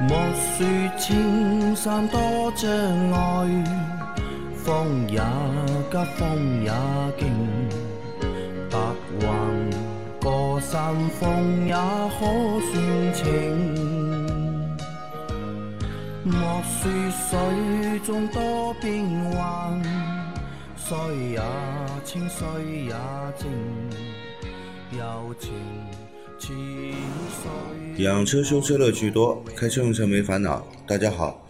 莫说青山多障碍，風也急，風也勁，白雲過山峰也可算情。莫说水中多變幻，水也清，水也靜，柔情似水。养车修车乐趣多，开车用车没烦恼。大家好，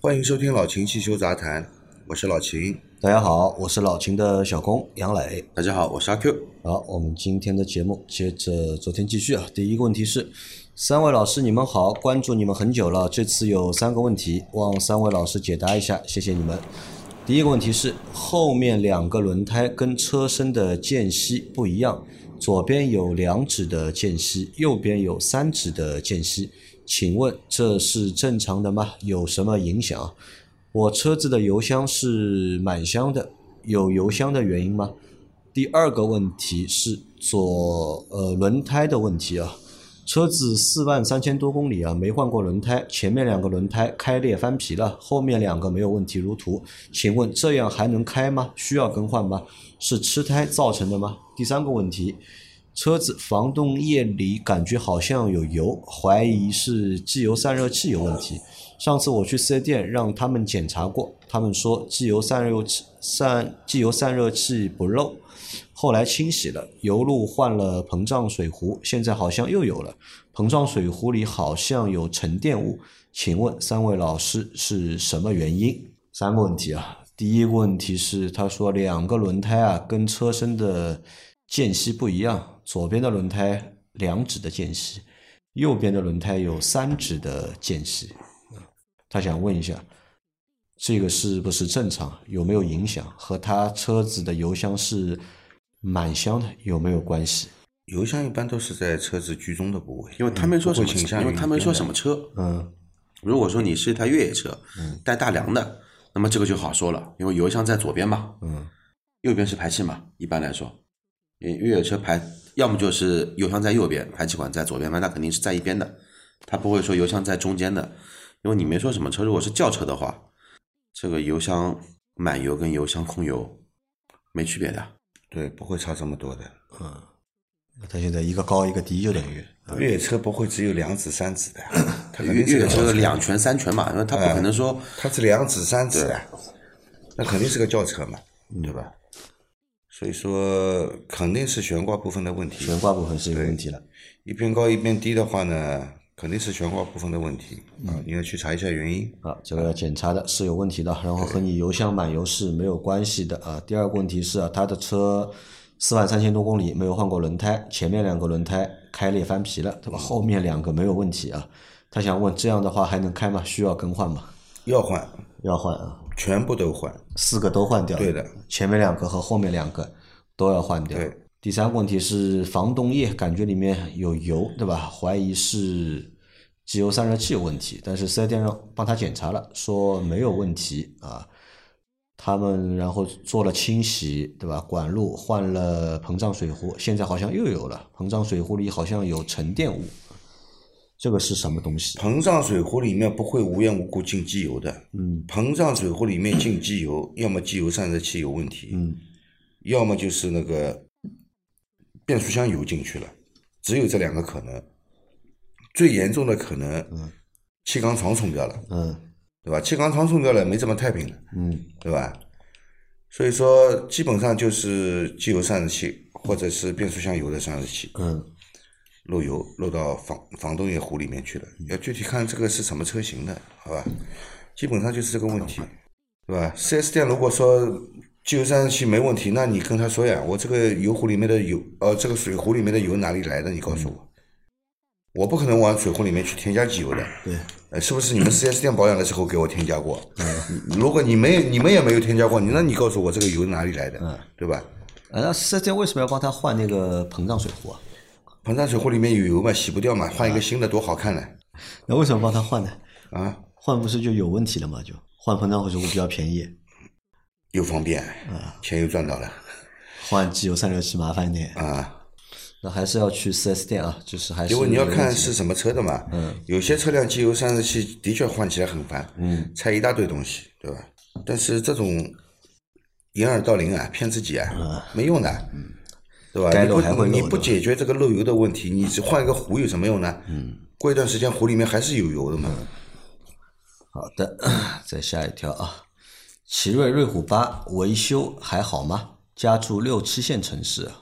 欢迎收听老秦汽修杂谈，我是老秦。大家好，我是老秦的小工杨磊。大家好，我是阿 Q。好，我们今天的节目接着昨天继续啊。第一个问题是，三位老师你们好，关注你们很久了，这次有三个问题，望三位老师解答一下，谢谢你们。第一个问题是，后面两个轮胎跟车身的间隙不一样，左边有两指的间隙，右边有三指的间隙，请问这是正常的吗？有什么影响啊？我车子的油箱是满箱的，有油箱的原因吗？第二个问题是左呃轮胎的问题啊，车子四万三千多公里啊，没换过轮胎，前面两个轮胎开裂翻皮了，后面两个没有问题如图，请问这样还能开吗？需要更换吗？是吃胎造成的吗？第三个问题，车子防冻液里感觉好像有油，怀疑是机油散热器有问题。上次我去四 S 店让他们检查过，他们说机油散热器散机油散热器不漏，后来清洗了，油路换了膨胀水壶，现在好像又有了，膨胀水壶里好像有沉淀物，请问三位老师是什么原因？三个问题啊，第一个问题是他说两个轮胎啊跟车身的间隙不一样，左边的轮胎两指的间隙，右边的轮胎有三指的间隙。他想问一下，这个是不是正常？有没有影响？和他车子的油箱是满箱的有没有关系？油箱一般都是在车子居中的部位，因为他们说什么不会倾车，向于因为他们说什么车，嗯，如果说你是一台越野车，带大梁的，那么这个就好说了，因为油箱在左边嘛，嗯，右边是排气嘛，一般来说，因为越野车排要么就是油箱在右边，排气管在左边嘛，那肯定是在一边的，它不会说油箱在中间的，因为你没说什么车，如果是轿车的话，这个油箱满油跟油箱空油没区别的，对，不会差这么多的。他现在一个高一个低，就等于越野车不会只有两指三指的， 它肯越定是越野车轿的两拳三拳嘛，因为它不哎可能说。它是两指三指的，那肯定是个轿车嘛，对吧？所以说肯定是悬挂部分的问题，悬挂部分是有问题了。一边高一边低的话呢，肯定是悬挂部分的问题嗯啊，你要去查一下原因。啊，这个检查的是有问题的，然后和你油箱满油是没有关系的啊。第二个问题是啊，他的车四万三千多公里没有换过轮胎，前面两个轮胎开裂翻皮了，对吧？后面两个没有问题啊。他想问，这样的话还能开吗？需要更换吗？要换，要换啊，全部都换。四个都换掉。对的，前面两个和后面两个都要换掉。对，第三个问题是防冻液，感觉里面有油，对吧？怀疑是机油散热器有问题，但是四 S 店让帮他检查了，说没有问题啊。他们然后做了清洗，对吧？管路换了膨胀水壶，现在好像又有了，膨胀水壶里好像有沉淀物，这个是什么东西？膨胀水壶里面不会无缘无故进机油的，嗯膨胀水壶里面进机 油，要么机油散热器有问题，嗯要么就是那个变速箱油进去了，只有这两个可能。最严重的可能，气缸床冲掉了，嗯对吧？气缸床冲掉了，没怎么太平了，嗯对吧？所以说，基本上就是机油散热器或者是变速箱油的散热器嗯漏油漏到防防冻液壶里面去了。要具体看这个是什么车型的，好吧？基本上就是这个问题，对吧？4S 店如果说机油散热器没问题，那你跟他说呀，我这个油壶里面的油，呃，这个水壶里面的油哪里来的？你告诉我，我不可能往水壶里面去添加机油的。对，呃，是不是你们 4S 店保养的时候给我添加过？嗯如果你没有，你们也没有添加过，你那你告诉我这个油哪里来的，对吧？呃，那四 S 店为什么要帮他换那个膨胀水壶啊？膨胀水壶里面有油嘛，洗不掉嘛，换一个新的多好看呢！那为什么帮他换呢？啊，换不是就有问题了吗？就换膨胀水壶比较便宜，嗯又方便，钱又赚到了换机油散热器麻烦一点。啊！那还是要去 4S 店啊，就是还是因为你要有看问题是的什么车的嘛。嗯。有些车辆机油三十七的确换起来很烦，嗯，拆一大堆东西，对吧？但是这种掩耳盗铃啊，骗自己啊，没用的，嗯，对吧？该你漏不还会漏你对不吧解决这个漏油的问题，你只换一个壶有什么用呢？嗯。过一段时间壶里面还是有油的嘛。好的，再下一条啊，奇瑞瑞虎八维修还好吗？家住六七线城市啊，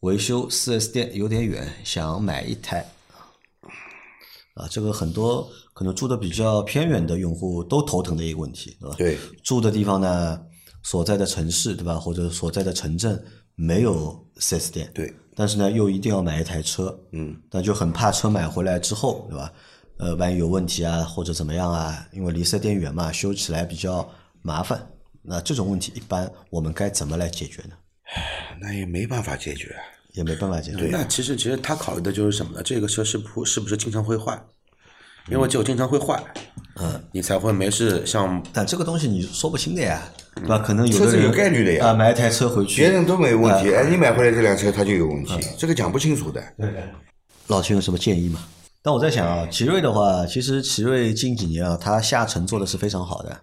维修 4S 店有点远，想买一台。啊，这个很多可能住的比较偏远的用户都头疼的一个问题，对吧？对，住的地方呢，所在的城市对吧，或者所在的城镇没有 4S 店，对，但是呢，又一定要买一台车，嗯，那就很怕车买回来之后，对吧？呃，万一有问题啊，或者怎么样啊，因为离四 S 店远嘛，修起来比较麻烦。那这种问题，一般我们该怎么来解决呢？那也没办法解决啊。也没办法解决。那其实其实他考虑的就是什么呢？这个车是不是不是经常会坏？因为只有经常会坏，嗯，你才会没事像但这个东西你说不清的呀，对吧？可能有的车人是有概率的呀啊、买一台车回去，别人都没问题，哎，你买回来这辆车它就有问题，这个讲不清楚的。老秦有什么建议吗？但我在想啊，奇瑞的话，其实奇瑞近几年啊，它下沉做的是非常好的。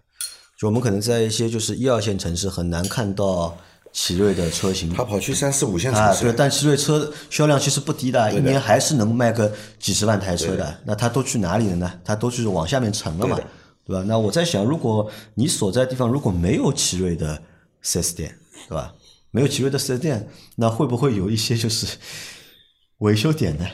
就我们可能在一些就是一二线城市很难看到奇瑞的车型他跑去三四五线城啊，市对，了，但奇瑞车销量其实不低的，一年还是能卖个几十万台车的。那它都去哪里了呢？它都去往下面沉了嘛，对吧？那我在想，如果你所在地方如果没有奇瑞的 4S 店，对吧？没有奇瑞的 4S 店，那会不会有一些就是维修点呢？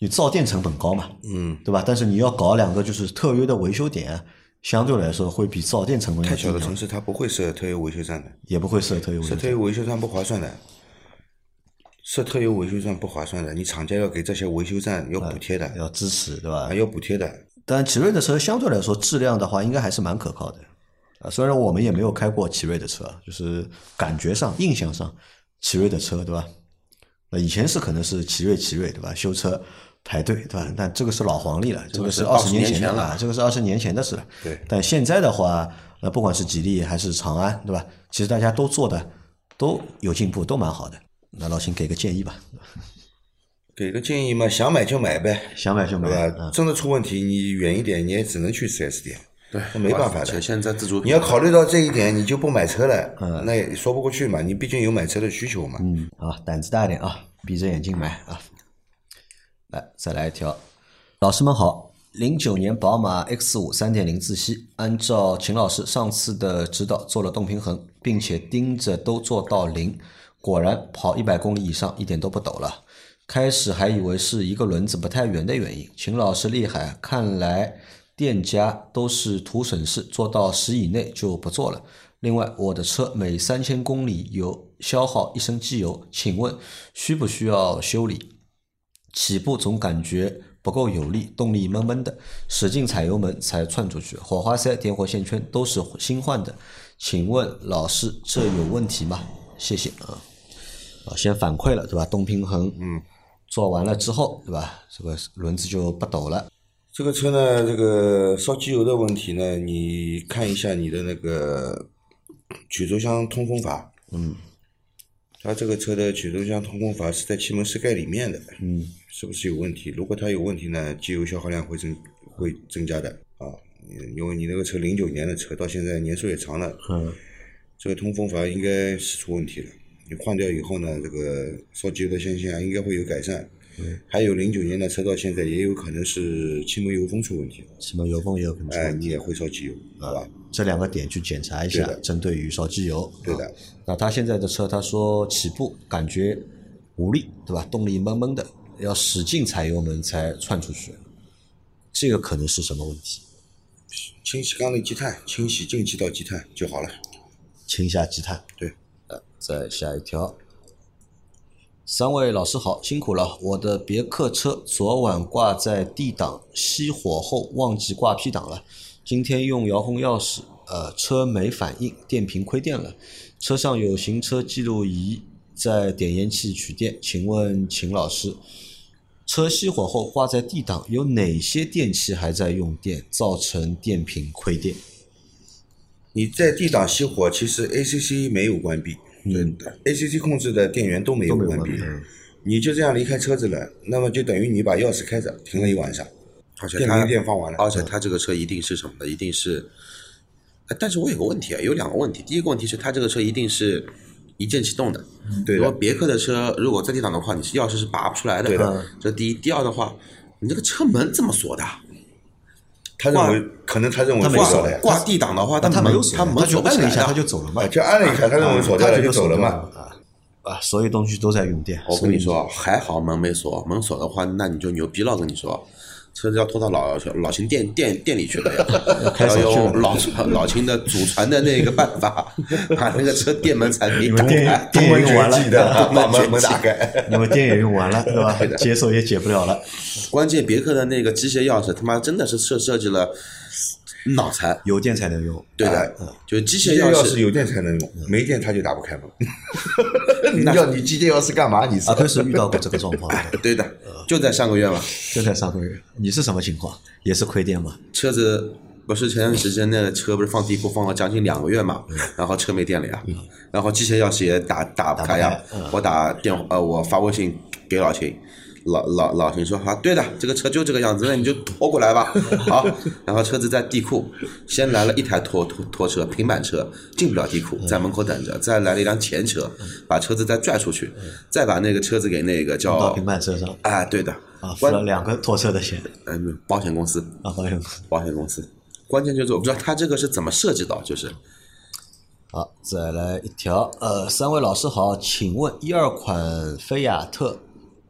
你造电成本高嘛，嗯，对吧？但是你要搞两个就是特约的维修点，相对来说会比造电成本要太低小的嘛，城市它不会设特约维修站的。也不会设特约维设修特点。约维修站不划算的，设特约维修站不划算的，你厂家要给这些维修站要补贴的，哎要支持，对吧啊？要补贴的，但奇瑞的车相对来说质量的话，应该还是蛮可靠的啊。虽然我们也没有开过奇瑞的车，啊就是感觉上、印象上，奇瑞的车对吧？那以前是可能是奇瑞，奇瑞对吧？修车排队对吧？但这个是老黄历了，这个是是二十20年年的前啊，了这个是二十年前的事了。对但现在的话，呃，不管是吉利还是长安对吧？其实大家都做的都有进步，都蛮好的。那老秦给个建议吧，给个建议嘛，想买就买呗，想买就买对吧啊？。真的出问题，你远一点，你也只能去 4S 店，对，那没办法而且的。现在自主你要考虑到这一点，你就不买车了，那也说不过去嘛。你毕竟有买车的需求嘛。嗯，啊，胆子大点啊，闭着眼睛买啊。来，再来一条，老师们好，零九年宝马 X 五三点零自吸，按照秦老师上次的指导做了动平衡，并且盯着都做到零，果然跑一百公里以上一点都不抖了。开始还以为是一个轮子不太圆的原因，秦老师厉害，看来店家都是图省事，做到十以内就不做了。另外，我的车每三千公里油消耗一升机油，请问需不需要修理？起步总感觉不够有力，动力闷闷的，使劲踩油门才窜出去，火花塞、点火线圈都是新换的。请问老师，这有问题吗？谢谢啊。啊，先反馈了，对吧？动平衡，嗯，做完了之后，对吧？这个轮子就不抖了。这个车呢，这个烧机油的问题呢，你看一下你的那个曲轴箱通风阀。嗯。它这个车的曲轴箱通风阀是在气门室盖里面的。嗯。是不是有问题？如果它有问题呢，机油消耗量会增会增加的啊，因为你那个车零九年的车，到现在年数也长了。嗯，这个通风阀应该是出问题了。你换掉以后呢，这个烧机油的现象应该会有改善。还有零九年的车到现在也有可能是气门油封出问题了，什么油泵也有可能出哎，问你题。也会烧机油，好吧？这两个点去检查一对下的，针对于烧机油。对的啊那他现在的车，他说起步感觉无力，对吧？动力闷闷的，要使劲踩油门才窜出去，这个可能是什么问题？清洗缸内积碳，清洗进气道积碳就好了。清一下积碳。对，呃，再下一条。三位老师好，辛苦了。我的别克车昨晚挂在 D 档，熄火后忘记挂 P 档了。今天用遥控钥匙，呃，车没反应，电瓶亏电了。车上有行车记录仪在点烟器取电，请问秦老师，车熄火后挂在 D 档，有哪些电器还在用电，造成电瓶亏电？你在 D 档熄火，其实 ACC 没有关闭，对的，ACC 嗯控制的电源都没有关闭，你就这样离开车子了，那么就等于你把钥匙开着停了一晚上，而且电它瓶店放完了，而且它这个车一定是什么呢？一定是，哎但是我有个问题啊，有两个问题。第一个问题是，它这个车一定是一键启动的。对如的果，别克的车如果在地档的话，你是钥匙是拔不出来的。对的嗯这第一，第二的话，你这个车门怎么锁的啊？他认为可能他认为他没锁锁掉了呀，挂地档的话，那它他门没有锁，它门就锁不摁起了来一下，他的就走了嘛啊，，就按了一下，他认为锁掉他了就就走了嘛嘛，啊啊！所有东西都在用电。我跟你说啊，还好门没锁，门锁的话，那你就牛逼了。我跟你说，车子要拖到老老秦店店店里去 了呀，开要锁去了用老老秦的祖传的那个办法， 把那个车店门产品打店开。店中也门用完绝技的 了，把门门打开， 那么电也用完了，对吧？解锁也解不了了。关键别克的那个机械钥匙，他妈真的是设设计了脑残。有电才能用，对哎的，就是机机械械钥钥匙匙有电才能用，没电他就打不开门。你要你机械钥匙干嘛？你是呃阿？坤是遇到过这个状况的，啊对的，就在上个月嘛，就在上个月。你是什么情况？也是亏电吗？车子不是前段时间那个车不是放地库放了将近两个月嘛，嗯然后车没电了呀，然后机械钥匙也打打不开呀打不嗯开嗯，我打电话呃我发微信给老秦。老老老秦说啊，对的，这个车就这个样子，那你就拖过来吧。 好，然后车子在地库，先来了一台拖拖拖车，平板车进不了地嗯库，在门口等着。再来了一辆前车，把车子再拽出去，再把那个车子给那个嗯到叫平板车上啊，对的，啊，付关了两个拖车的钱嗯保险公司啊，保险保险公司。关键就是我不知道他这个是怎么设计到，就是好，再来一条。呃，三位老师好，请问一二款菲亚特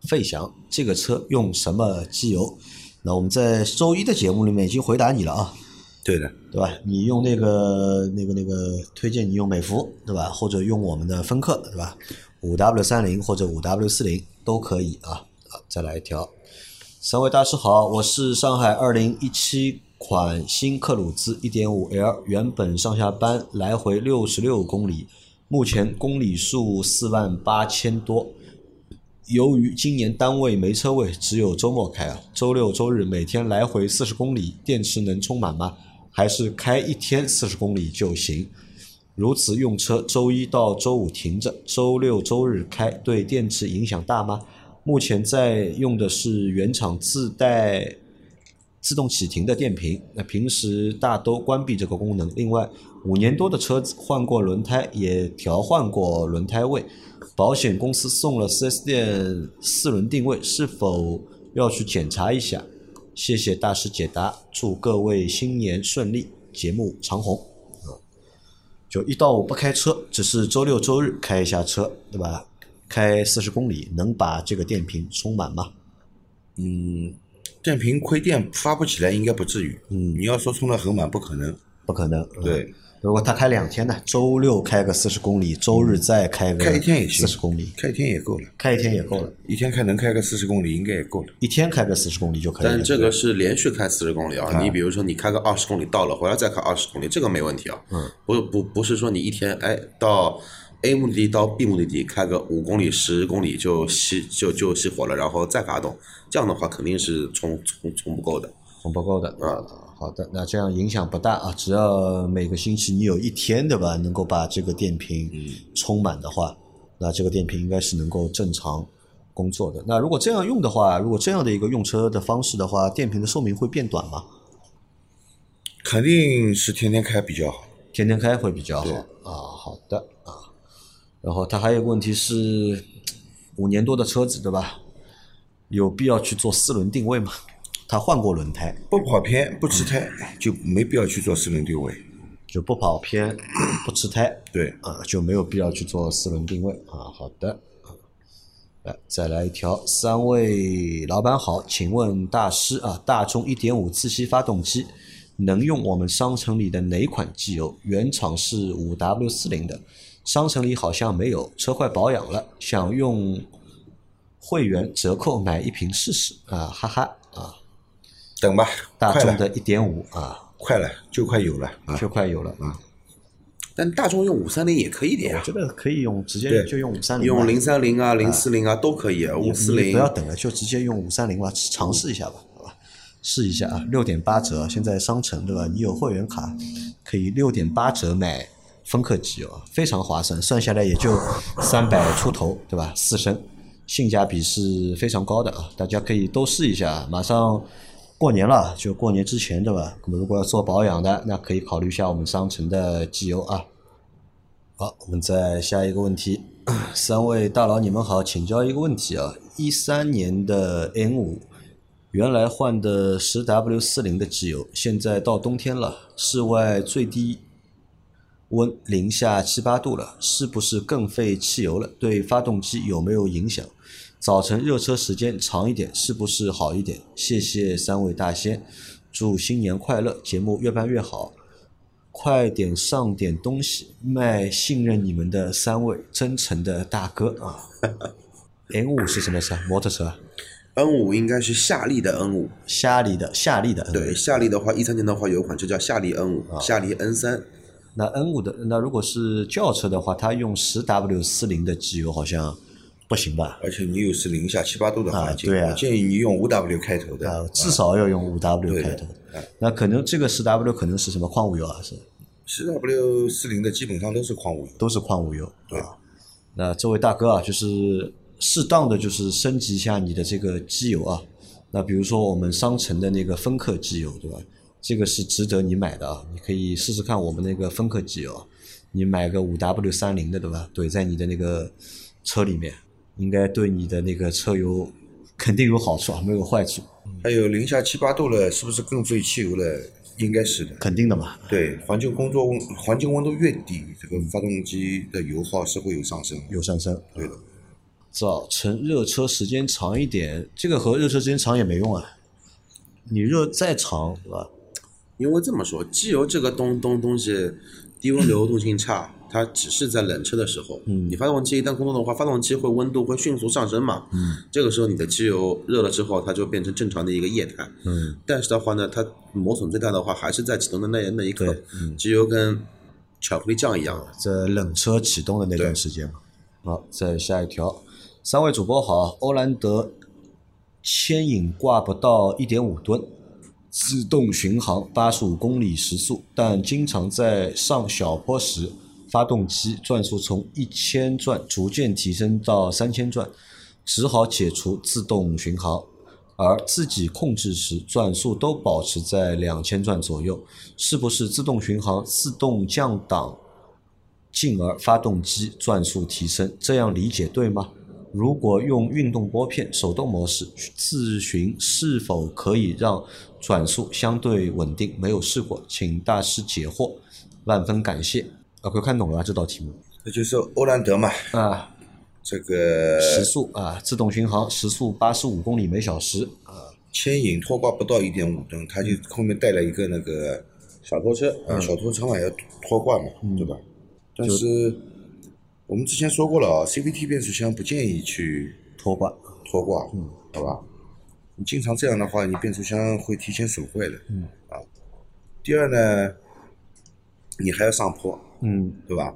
费翔这个车用什么机油？那我们在周一的节目里面已经回答你了啊，对的，对吧？你用那个那个那个，推荐你用美孚，对吧？或者用我们的芬克，对吧？五 W 三零或者五 W 四零都可以啊。好，再来一条。三位大师好，我是上海二零一七款新克鲁兹一点五 L，原本上下班来回六十六公里，目前公里数四万八千多。由于今年单位没车位，只有周末开啊，周六周日每天来回四十公里，电池能充满吗？还是开一天四十公里就行？如此用车，周一到周五停着，周六周日开，对电池影响大吗？目前在用的是原厂自带自动启停的电瓶，那平时大都关闭这个功能。另外，五年多的车子换过轮胎，也调换过轮胎位，保险公司送了 4S 店四轮定位，是否要去检查一下？谢谢大师解答，祝各位新年顺利，节目长虹。就一到五不开车，只是周六周日开一下车，对吧？开四十公里能把这个电瓶充满吗？电瓶亏电发不起来，应该不至于。嗯你要说充得很满，不可能。不可能。嗯对，如果他开两天呢，周六开个四十公里，周日再开个开一天也行嗯四十公里，开一天也够了，开一天也够了，一天看能开个四十公里，应该也够了。一天开个四十公里就可以了。但这个是连续开四十公里啊。你比如说你开个二十公里到了，回来再开二十公里，这个没问题啊。嗯，不不不是说你一天哎到 A 目的地到 B 目的地开个五公里十公里就熄就就熄火了，然后再发动，这样的话肯定是充充充不够的。很不够的啊。好的，那这样影响不大啊，只要每个星期你有一天对吧，能够把这个电瓶嗯充满的话，那这个电瓶应该是能够正常工作的。那如果这样用的话，如果这样的一个用车的方式的话，电瓶的寿命会变短吗？肯定是天天开比较好。天天开会比较好啊。好的啊，然后他还有个问题是，五年多的车子对吧？有必要去做四轮定位吗？他换过轮胎，不跑偏，不吃胎，嗯就没必要去做四轮定位。就不跑偏， 不吃胎，对，啊，就没有必要去做四轮定位啊。好的，啊来再来一条，三位老板好，请问大师啊，大众1.5自吸发动机能用我们商城里的哪款机油？原厂是 5W40 的，商城里好像没有，车坏保养了，想用会员折扣买一瓶试试啊，哈哈啊，等吧，大快众了，的1.5啊，快了，就快有了啊！就快有了。但大众用五三零也可以的我呀觉，得可以用，直接对就用五三零，用零三零啊、零四零啊都可以，五四你零不要等了，就直接用五三零吧，尝试一下吧，好吧，试一下啊，六点八折，现在商城对吧？你有会员卡，可以六点八折买哦芬克机油啊，非常划算，算下来也就三百出头，对吧？四升，性价比是非常高的啊，大家可以都试一下。啊马上过年了，就过年之前对吧？那么如果要做保养的，那可以考虑一下我们商城的机油啊。好，我们再下一个问题。 三位大佬，你们好，请教一个问题啊。一三年的 N 五，原来换的十 W 四零的机油，现在到冬天了，室外最低温零下七八度了，是不是更费汽油了？对发动机有没有影响？早晨热车时间长一点，是不是好一点？谢谢三位大仙，祝新年快乐，节目越办越好。快点上点东西，卖信任你们的三位真诚的大哥啊！N 五是什么车？摩托车啊？ N 五应该是夏利的 N 五，夏利的夏利的 N 对，夏利的话，一三年的话有一款车叫夏利 N 五、夏利 N 三，那 N 五的那如果是轿车的话，它用十 W 四零的机油好像不行吧？而且你又是零下七八度的环境，啊对啊我建议你用五 W 开头的，啊，至少要用五 W 对的开头。那可能这个十 W 可能是什么矿物油啊？是十 W 四零的基本上都是矿物油。都是矿物油。对啊，那这位大哥啊，就是适当的就是升级一下你的这个机油啊。那比如说我们商城的那个芬克机油，对吧？这个是值得你买的啊，你可以试试看我们那个芬克机油啊，你买个五 W 三零的，对吧？怼在你的那个车里面，应该对你的那个车油肯定有好处啊，没有坏处，还有零下七八度了，是不是更费汽油了？应该是的。肯定的嘛。对，环境工作温环境温度越低，这个发动机的油耗是会有上升的。有上升，对的，嗯早晨热车时间长一点，这个和热车时间长也没用啊。你热再长，对吧？因为这么说，机油这个东东东西，低温流动性差，它只是在冷车的时候。嗯，你发动机一旦工作的话，发动机会温度会迅速上升嘛。嗯，这个时候你的机油热了之后，它就变成正常的一个液态。嗯，但是的话呢，它磨损最大的话还是在启动的那一那一刻对，机油跟巧克力酱一样。在冷车启动的那段时间嘛。好，再下一条，三位主播好，欧蓝德牵引挂不到一点五吨，自动巡航八十五公里时速，但经常在上小坡时，发动机转速从一千转逐渐提升到三千转，只好解除自动巡航。而自己控制时转速都保持在两千转左右，是不是自动巡航自动降档进而发动机转速提升，这样理解对吗？如果用运动拨片手动模式自询，是否可以让转速相对稳定？没有试过，请大师解惑，万分感谢。啊，快看懂了吧这道题目这就是欧蓝德嘛，啊，这个时速啊，自动巡航时速八十五公里每小时啊，牵引拖挂不到一点五吨，它就后面带了一个那个小拖车，啊，小拖车嘛要拖挂嘛，对吧？但是我们之前说过了啊，CVT 变速箱不建议去拖挂拖挂，嗯好吧？你经常这样的话，你变速箱会提前损坏的，嗯啊。第二呢，你还要上坡，嗯对吧？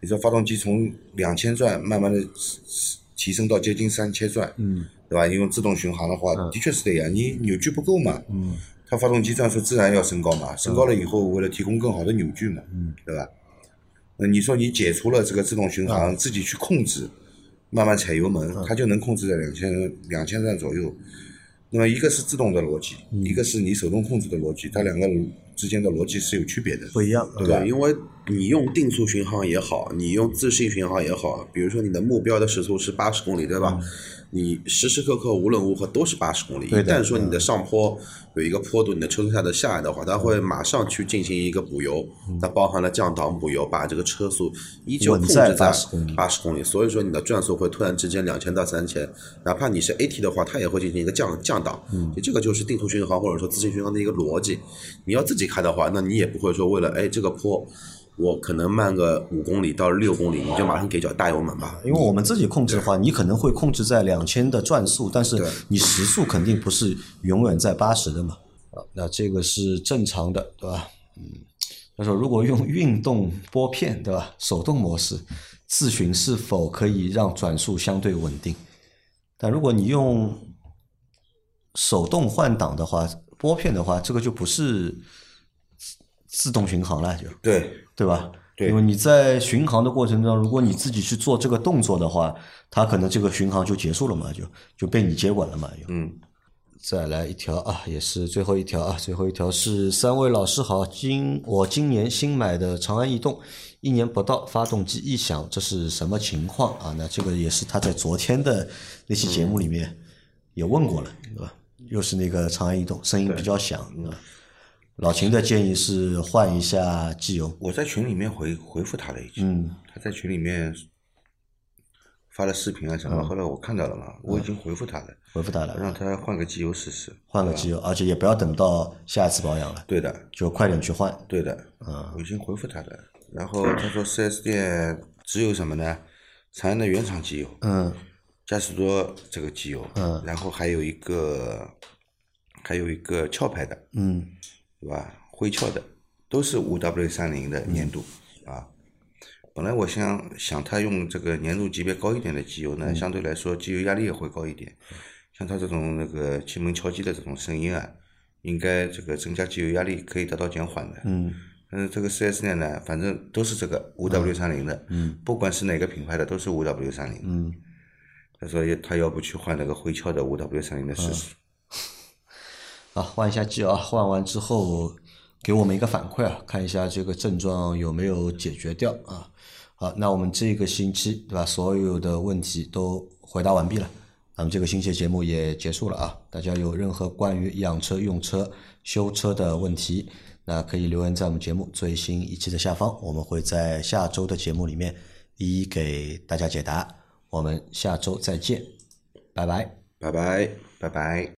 你说发动机从两千转慢慢的提升到接近三千转，嗯对吧？你用自动巡航的话，的确是这样，你扭矩不够嘛，嗯它发动机转速自然要升高嘛，升高了以后，为了提供更好的扭矩嘛，嗯对吧？那你说你解除了这个自动巡嗯航，自己去控制，慢慢踩油门，它就能控制在两千两千转左右。那么一个是自动的逻辑，嗯一个是你手动控制的逻辑，它两个之间的逻辑是有区别的。不一样对吧对，因为你用定速巡航也好，你用自适应巡航也好，比如说你的目标的时速是八十公里，对吧？你时时刻刻无论如何都是八十公里。一嗯对的嗯旦说你的上坡有一个坡度，你的车速下的下来的话，它会马上去进行一个补油，它包含了降档补油，把这个车速依嗯旧稳控制在在80公里八十公里。所以说你的转速会突然之间两千到三千，哪怕你是 AT 的话，它也会进行一个降降档。就这个就是定速巡航或者说自适应巡航的一个逻辑。你要自己开的话，那你也不会说为了哎这个坡，我可能慢个五公里到六公里，你就马上给脚大油门吧。因为我们自己控制的话，你可能会控制在两千的转速，但是你时速肯定不是永远在八十的嘛。啊，那这个是正常的，对吧？嗯，他说如果用运动拨片，对吧？手动模式自询是否可以让转速相对稳定？但如果你用手动换挡的话，拨片的话，这个就不是自自动巡航了，就对，对吧？嗯对因为你在巡航的过程中，如果你自己去做这个动作的话，它可能这个巡航就结束了嘛，就就被你接管了嘛，就嗯，再来一条啊，也是最后一条啊，最后一条是三位老师好，今我今年新买的长安逸动，一年不到发动机异响，这是什么情况啊？那这个也是他在昨天的那期节目里面也问过了，对吧？又是那个长安逸动，声音比较响，嗯对吧？老秦的建议是换一下机油，我在群里面回回复他了已经，嗯，他在群里面发了视频啊嗯什么，后来我看到了嘛，我已经回复他了，回复他了，让他换个机油试试。换个机油，而且也不要等到下一次保养了，对的，就快点去换，对的，啊我已经回复他了。然后他说 4S 店只有什么呢？长安的原厂机油，嗯嘉实多这个机油，嗯然后还有一个还有一个壳牌的，嗯。对吧？灰壳的都是五 W 三零的粘度、嗯啊。本来我想想他用这个粘度级别高一点的机油呢，嗯相对来说机油压力也会高一点。像他这种那个气门敲击的这种声音啊，应该这个增加机油压力可以得到减缓的。嗯但是这个 4S 店呢，反正都是这个五 W 三零的，嗯，不管是哪个品牌的，都是五 W 三零。嗯，他说要他要不去换那个灰壳的五 W 三零的试嗯试。啊，换一下机油啊，换完之后给我们一个反馈啊，看一下这个症状有没有解决掉啊。好，那我们这个星期对吧，所有的问题都回答完毕了，咱们这个星期的节目也结束了啊。大家有任何关于养车、用车、修车的问题，那可以留言在我们节目最新一期的下方，我们会在下周的节目里面一一给大家解答。我们下周再见，拜拜。拜拜，拜拜。